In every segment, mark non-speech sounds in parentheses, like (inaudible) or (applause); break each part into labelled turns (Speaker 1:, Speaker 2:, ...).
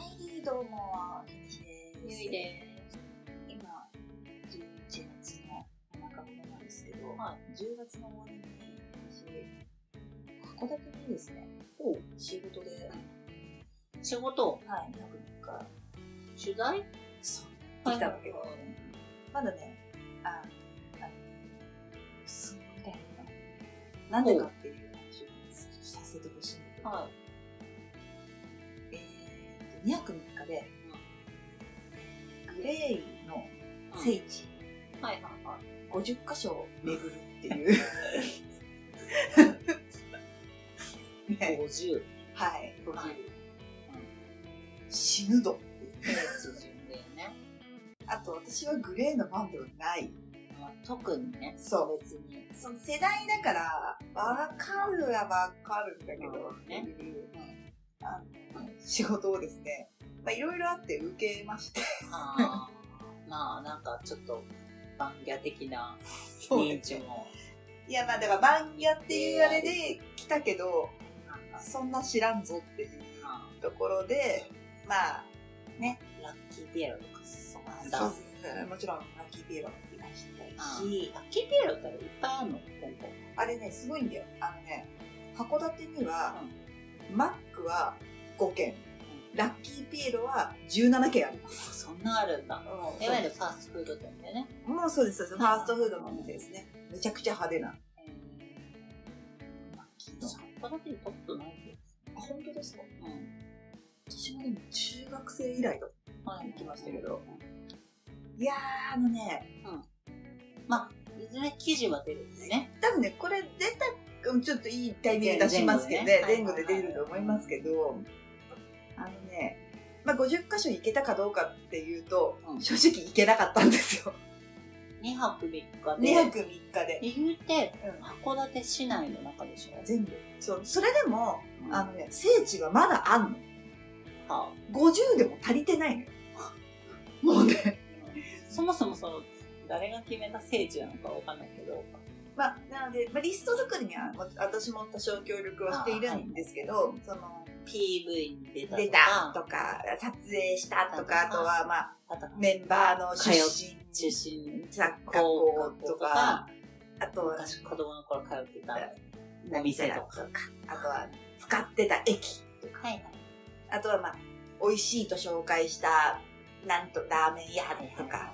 Speaker 1: い、どうも、私で
Speaker 2: ゆ
Speaker 1: す。
Speaker 2: いで
Speaker 1: 今、11月の中頃なんですけど、
Speaker 2: は
Speaker 1: 10月の終わりに、私、函館にですね、仕事で、
Speaker 2: す。仕事、
Speaker 1: はい、約3日、
Speaker 2: 取材
Speaker 1: そう、来たわけよ。まだね、あ、あの、すごい大変なのなんでかっていう話をさせてほしいんだけど、
Speaker 2: は
Speaker 1: えーと、2泊3日で、グレイの
Speaker 2: い。
Speaker 1: 聖地、
Speaker 2: うんはいはいはい。
Speaker 1: 50箇所を巡るっていう。ね、
Speaker 2: 50。
Speaker 1: はい。
Speaker 2: 50。
Speaker 1: はい死ぬぞ。
Speaker 2: 平順だよね。
Speaker 1: あと私はグレーのファンではない。
Speaker 2: まあ特にね、
Speaker 1: そ
Speaker 2: 別に。
Speaker 1: う。その世代だから、わかるはわかるんだけど、
Speaker 2: うんね
Speaker 1: っていうあの仕事をですね、まあいろいろあって受けまして。
Speaker 2: あ (laughs) ーまあ、なんかちょっと、番屋的な
Speaker 1: そう
Speaker 2: 認
Speaker 1: です
Speaker 2: 知
Speaker 1: ね。
Speaker 2: も。
Speaker 1: いやまあだから番屋っていうあれで来たけど、そんな知らんぞっていう
Speaker 2: ま
Speaker 1: ところで、まあ、
Speaker 2: あラッキーピエロとか、そうなんだ。
Speaker 1: そう
Speaker 2: ラ
Speaker 1: ですねもちろんラッキーピエロもいらしたし、
Speaker 2: ッキーピエロっていっぱいあるの今回。
Speaker 1: あれねすごいんだよあのね函館には、マックは5軒ラッキーピエロは17軒あります、
Speaker 2: そんなあるんだ。いわゆるファーストフード店だよね。
Speaker 1: もうそうですそうですファーストフードのお店ですねめちゃくちゃ派手なラッキーの
Speaker 2: 札幌で行ったことないけど。
Speaker 1: あ本当ですか
Speaker 2: うん。
Speaker 1: 私もでも中学生以来だ
Speaker 2: はい
Speaker 1: 行きましたけどいやーあのね
Speaker 2: まあ、いずれ記事は出るんでね。
Speaker 1: 多分ねこれ出たうんちょっといいタイミングで出しますけどね前
Speaker 2: 前
Speaker 1: 後
Speaker 2: 後
Speaker 1: で
Speaker 2: でね
Speaker 1: 出ると思いますけどあのねまあ、50箇所行けたかどうかっていうと、
Speaker 2: うん
Speaker 1: 正直行けなかったんですよ。
Speaker 2: 2泊3日で。
Speaker 1: 2泊3日で。
Speaker 2: 言うて、
Speaker 1: うん
Speaker 2: 函館市内の中でしょ。
Speaker 1: 全部。そう。それでも、
Speaker 2: うん
Speaker 1: あのね、聖地はまだあんの。
Speaker 2: は
Speaker 1: 50でも足りてないのよ。もうね。
Speaker 2: そもそもその、誰が決めた聖地なのかわかんないけど、
Speaker 1: まあ、なので、まあ、リスト作りにはもう私も多少協力はしているんですけど、その、
Speaker 2: PV に出た
Speaker 1: 出
Speaker 2: と
Speaker 1: た
Speaker 2: か、
Speaker 1: とか、撮影したとか、あとは、まあ、
Speaker 2: あとか
Speaker 1: メンバーの出身
Speaker 2: 出身、
Speaker 1: 学校とか、、あとは、
Speaker 2: 昔子供の頃通ってたお
Speaker 1: お
Speaker 2: 店
Speaker 1: 店だ
Speaker 2: とか。
Speaker 1: とか、あとは、使ってた駅
Speaker 2: はいはい。
Speaker 1: あとはまあ、美味しいと紹介した、なんとラーメン屋とか、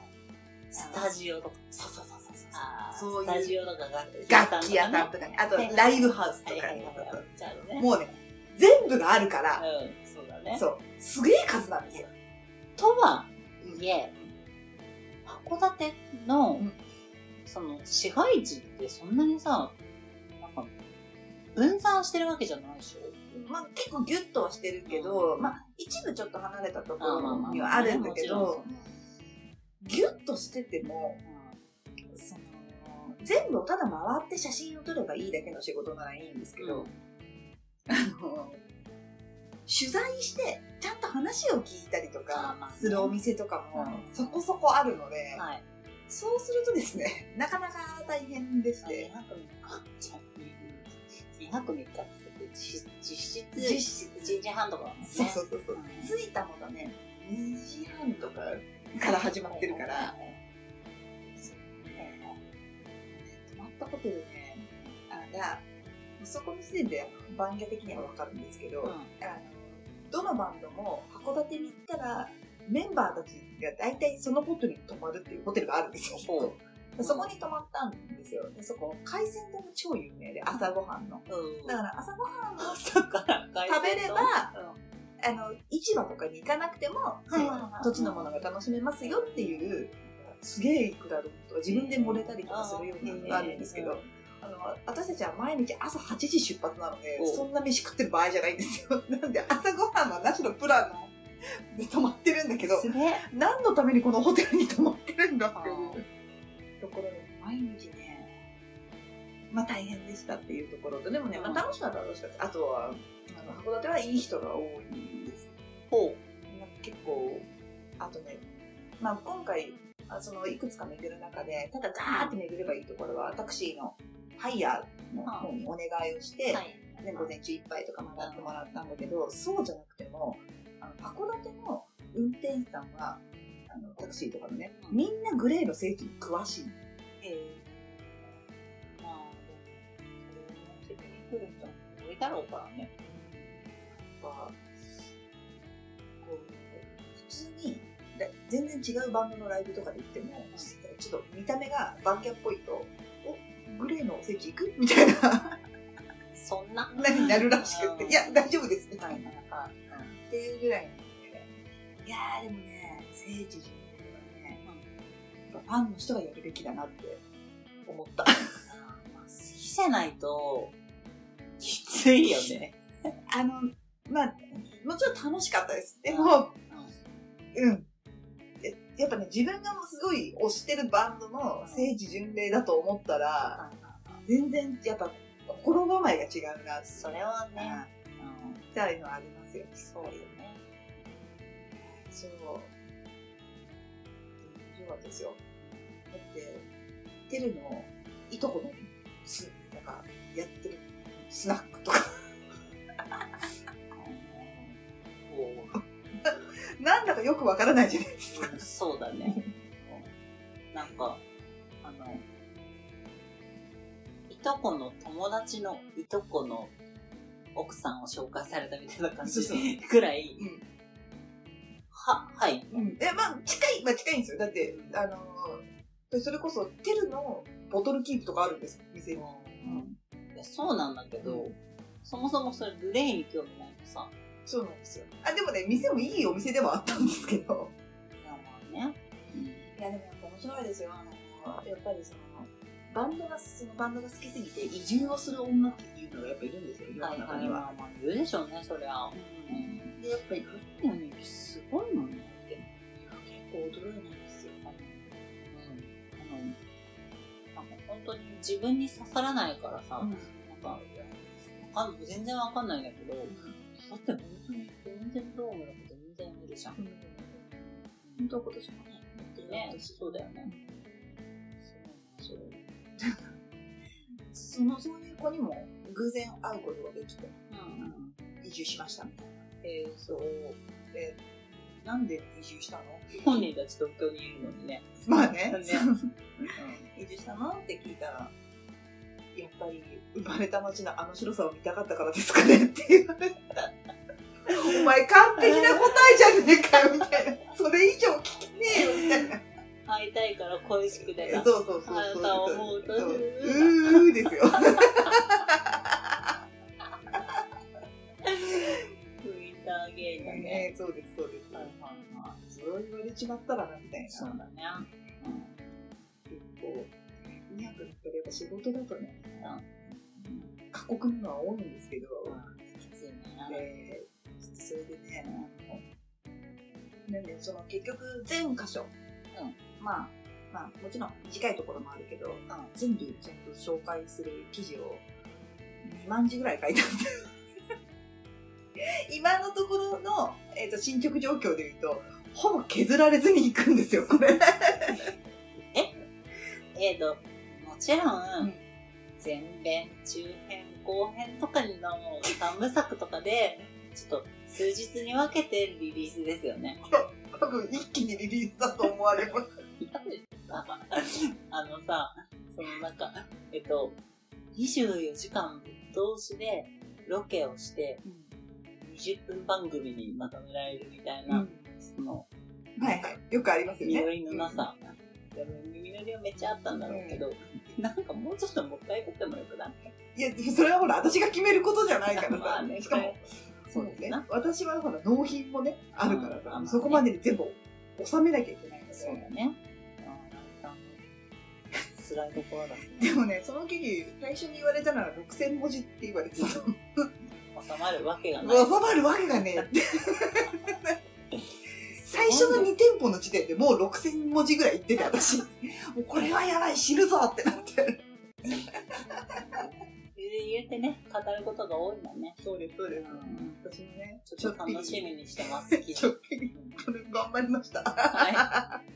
Speaker 2: スタジオとか。
Speaker 1: そうそうそうそうそう
Speaker 2: あー
Speaker 1: そういう
Speaker 2: スタジオとか楽
Speaker 1: 楽器屋さん
Speaker 2: ね
Speaker 1: とかね、あと
Speaker 2: はい
Speaker 1: ライブハウスと
Speaker 2: はい
Speaker 1: か
Speaker 2: はい
Speaker 1: ね、
Speaker 2: はいはい。じゃあね。
Speaker 1: もうね、全部があるから、
Speaker 2: うん、そうだね。
Speaker 1: そう、すげえ数なんですよ。
Speaker 2: とはいえ、函館の、
Speaker 1: うん
Speaker 2: その市街地ってそんなにさ、なんか、分散してるわけじゃないでしょ
Speaker 1: まあ、結構ギュッとはしてるけど、
Speaker 2: うん
Speaker 1: まあ、一部ちょっと離れたところにはあるんだけど、、ギュッとしてても、その、全部をただ回って写真を撮ればいいだけの仕事ならいいんですけど、あの取材してちゃんと話を聞いたりと
Speaker 2: あ
Speaker 1: か
Speaker 2: まあね
Speaker 1: するお店とかも
Speaker 2: うん
Speaker 1: そこそこあるので、
Speaker 2: はい。
Speaker 1: そうするとですね (laughs) なかなか大変でし
Speaker 2: 2
Speaker 1: て
Speaker 2: 泊3日。2泊3日って言って実実質、
Speaker 1: 実
Speaker 2: 1
Speaker 1: 質
Speaker 2: 日半とかだもんね。
Speaker 1: そうそうそうそう
Speaker 2: うん
Speaker 1: 着いたのがね2時半とかから始まってるから
Speaker 2: はいはいはい
Speaker 1: 泊まったホテルねあがそこの時点であの番屋的には分かるんですけど、
Speaker 2: うん
Speaker 1: あのどのバンドも函館に行ったらメンバーたちが大体そのホテルに泊まるっていうホテルがあるんですよ
Speaker 2: ほう
Speaker 1: でそこに泊まったんですよ。でそこ、海鮮丼も超有名で、朝ごはんの。
Speaker 2: うん。
Speaker 1: だから朝ごはん
Speaker 2: 朝から帰ると
Speaker 1: 食べれば、
Speaker 2: うん
Speaker 1: あの、市場とかに行かなくても、
Speaker 2: いはいはい
Speaker 1: 土地のものが楽しめますよっていう、すげえいくら丼とか自分で盛れたりとかするようなのがあるんですけ
Speaker 2: う
Speaker 1: ど
Speaker 2: ん、
Speaker 1: あの、私たちは毎日朝8時出発なので、
Speaker 2: お
Speaker 1: そんな飯食ってる場合じゃないんですよ。 (laughs) なんで朝ごはんはなしのプランの、で泊まってるんだけど、
Speaker 2: すげえ。
Speaker 1: 何のためにこのホテルに泊まってるんだって
Speaker 2: あ
Speaker 1: いうところで毎日ねまあ大変でしたっていうところとでもね、まあ、楽しかったは楽しかったあとはあの函館はいい人が多いです
Speaker 2: ほ
Speaker 1: なんか結構あとね、まあ、今回あそのいくつか巡る中でただガーって巡ればいいところはタクシーのハイヤーの方にお願いをして、
Speaker 2: う。はい。
Speaker 1: ね、午前中いっぱいとか学ってもらったんだけど、そうじゃなくても、あの函館の運転手さんは、あの、タクシーとかのね、
Speaker 2: うん
Speaker 1: みんなグレーの正規に詳しい。
Speaker 2: ええまあ、でも、それを持ってくる人も多いだろうからね。
Speaker 1: やっぱこう普通にだ全然違うバンドのライブとかで行っても、ちょっと見た目がバンキャっぽいと、おグレーの席行くみたいな、 (laughs)
Speaker 2: そんな。
Speaker 1: なになるらしくっ
Speaker 2: う
Speaker 1: て、
Speaker 2: ん
Speaker 1: いや、大丈夫ですみた
Speaker 2: はいい、
Speaker 1: な。
Speaker 2: な
Speaker 1: っ
Speaker 2: んか、
Speaker 1: ていうぐらいなんで、いやーでもね、聖地巡礼はね、やっぱファンの人がやるべきだなって思った。
Speaker 2: うん。まあ、好きじゃないと、きついよね。
Speaker 1: (laughs) あの、まあ、もちろん楽しかったです。で
Speaker 2: う
Speaker 1: も、うん。えやっぱね、自分がもうすごい推してるバンドの聖地巡礼だと思ったら、全然やっぱ心構えが違うな、
Speaker 2: それはね、
Speaker 1: みたいのはありますよ。
Speaker 2: そうよね。
Speaker 1: そう。そうなんですよ。だって、テルのいとこのす、なんか、やってるスナックとか、
Speaker 2: こ
Speaker 1: なんだかよくわからないじゃないですか。
Speaker 2: う、そうだね。なんか、あの、いとこの友達のいとこの奥さんを紹介されたみたいな感じ
Speaker 1: そうそう
Speaker 2: ぐらい、
Speaker 1: うん
Speaker 2: は、はい。
Speaker 1: うん、えまあ近いまあ近いんですよだってあのーそれこそテルのボトルキープとかあるんです店に
Speaker 2: いやそうなんだけど、
Speaker 1: う
Speaker 2: そもそもそれグレーに興味ないとさ、
Speaker 1: そうなんですよあでもね店もいいお店ではあったんですけど
Speaker 2: いやまあね、
Speaker 1: いやでもやっぱ面白いですよあのやっぱりそのバンドがそのバンドが好きすぎて移住をする女っていうのがやっぱいるんですよ世
Speaker 2: は
Speaker 1: の
Speaker 2: い
Speaker 1: 中
Speaker 2: はい
Speaker 1: には、
Speaker 2: まあまあ言うでしょうね、そりゃ。うんで、やっぱり、そういうのねすごいもんね。
Speaker 1: 結構驚いなんですよ
Speaker 2: うんあの、なんか本当に自分に刺さらないからさ、
Speaker 1: うん
Speaker 2: なんか、わかん全然わかんないんだけど、だって本当に全然ドームのこと全然見るじゃん。
Speaker 1: 本当は今年もね
Speaker 2: ね、そうだよね。そうなんで
Speaker 1: (laughs) そのそういう子にも偶然会うことができて
Speaker 2: すよ。うん。
Speaker 1: 移住しましたみたいな
Speaker 2: えー、そう。
Speaker 1: でなんで移住したの
Speaker 2: 本人たち東京にいるのにね。
Speaker 1: まあね
Speaker 2: ね
Speaker 1: 移住したのって聞いたら、やっぱり生まれた街のあの白さを見たかったからですかねって言われた。お前完璧な答えじゃねえかよみたいな。それ以上聞きねえよみたいな。
Speaker 2: (laughs) 会いたいから恋しくてな。
Speaker 1: そうそうそうそう。
Speaker 2: あなたを思うと
Speaker 1: そううーですよ。
Speaker 2: ウィンターゲーだね。
Speaker 1: ねそうですそうです。
Speaker 2: はいはいはい。
Speaker 1: それを言われちまったらなみたいな。
Speaker 2: そうだね。
Speaker 1: 結構、2泊だったらやっぱ仕事だとね
Speaker 2: うん、
Speaker 1: 過酷なのは多いんですけど、
Speaker 2: うん。きついね。
Speaker 1: でそれでね、なんでその結局全箇所、
Speaker 2: う
Speaker 1: まあまあもちろん短いところもあるけど、全部ちゃんと紹介する記事を2万字ぐらい書いたんで (laughs) 今のところの、えー、と進捗状況で言うとほぼ削られずにいくんですよこれ
Speaker 2: えっと、もちろ
Speaker 1: うん
Speaker 2: ん、前編、中編、後編とかにの3部作とかで、ちょっと数日に分けてリリースですよね。
Speaker 1: 多分一気にリリースだと思われます
Speaker 2: だってさ、あのさ、そのなんか、えっと、24時間ぶっ通しでロケをして、20分番組にまとめられるみたいな、その、
Speaker 1: はいはいよくありますよね
Speaker 2: 実りのなさ。でも実りはめっちゃあったんだろうけど、なんかもうちょっともったいぶってもよくない
Speaker 1: いや、それはほら、私が決めることじゃない (laughs) からさ。
Speaker 2: まあね
Speaker 1: しかも、
Speaker 2: そうですね
Speaker 1: 私はほら、納品もね、あるからさ、
Speaker 2: うん
Speaker 1: そこまでに全部収めなきゃいけないの
Speaker 2: そう
Speaker 1: で。
Speaker 2: だね。ああ、なんか、辛いところだし
Speaker 1: で
Speaker 2: ね。
Speaker 1: もね、その記事、最初に言われたのは6000文字って言われてたの。
Speaker 2: 収まるわけがない。
Speaker 1: 収まるわけがねえって。最初の2店舗の時点でもう6000文字ぐらい言ってて、私。もうこれはやばい、死ぬぞってなって。
Speaker 2: 言うてね、語ることが多いんだね。
Speaker 1: そうです、そう
Speaker 2: う
Speaker 1: です。
Speaker 2: ん、
Speaker 1: 私もね、
Speaker 2: (laughs) ちょっと楽しみにしてます、記
Speaker 1: ちょ
Speaker 2: 事。
Speaker 1: っぴり、これ頑張りました。
Speaker 2: はい。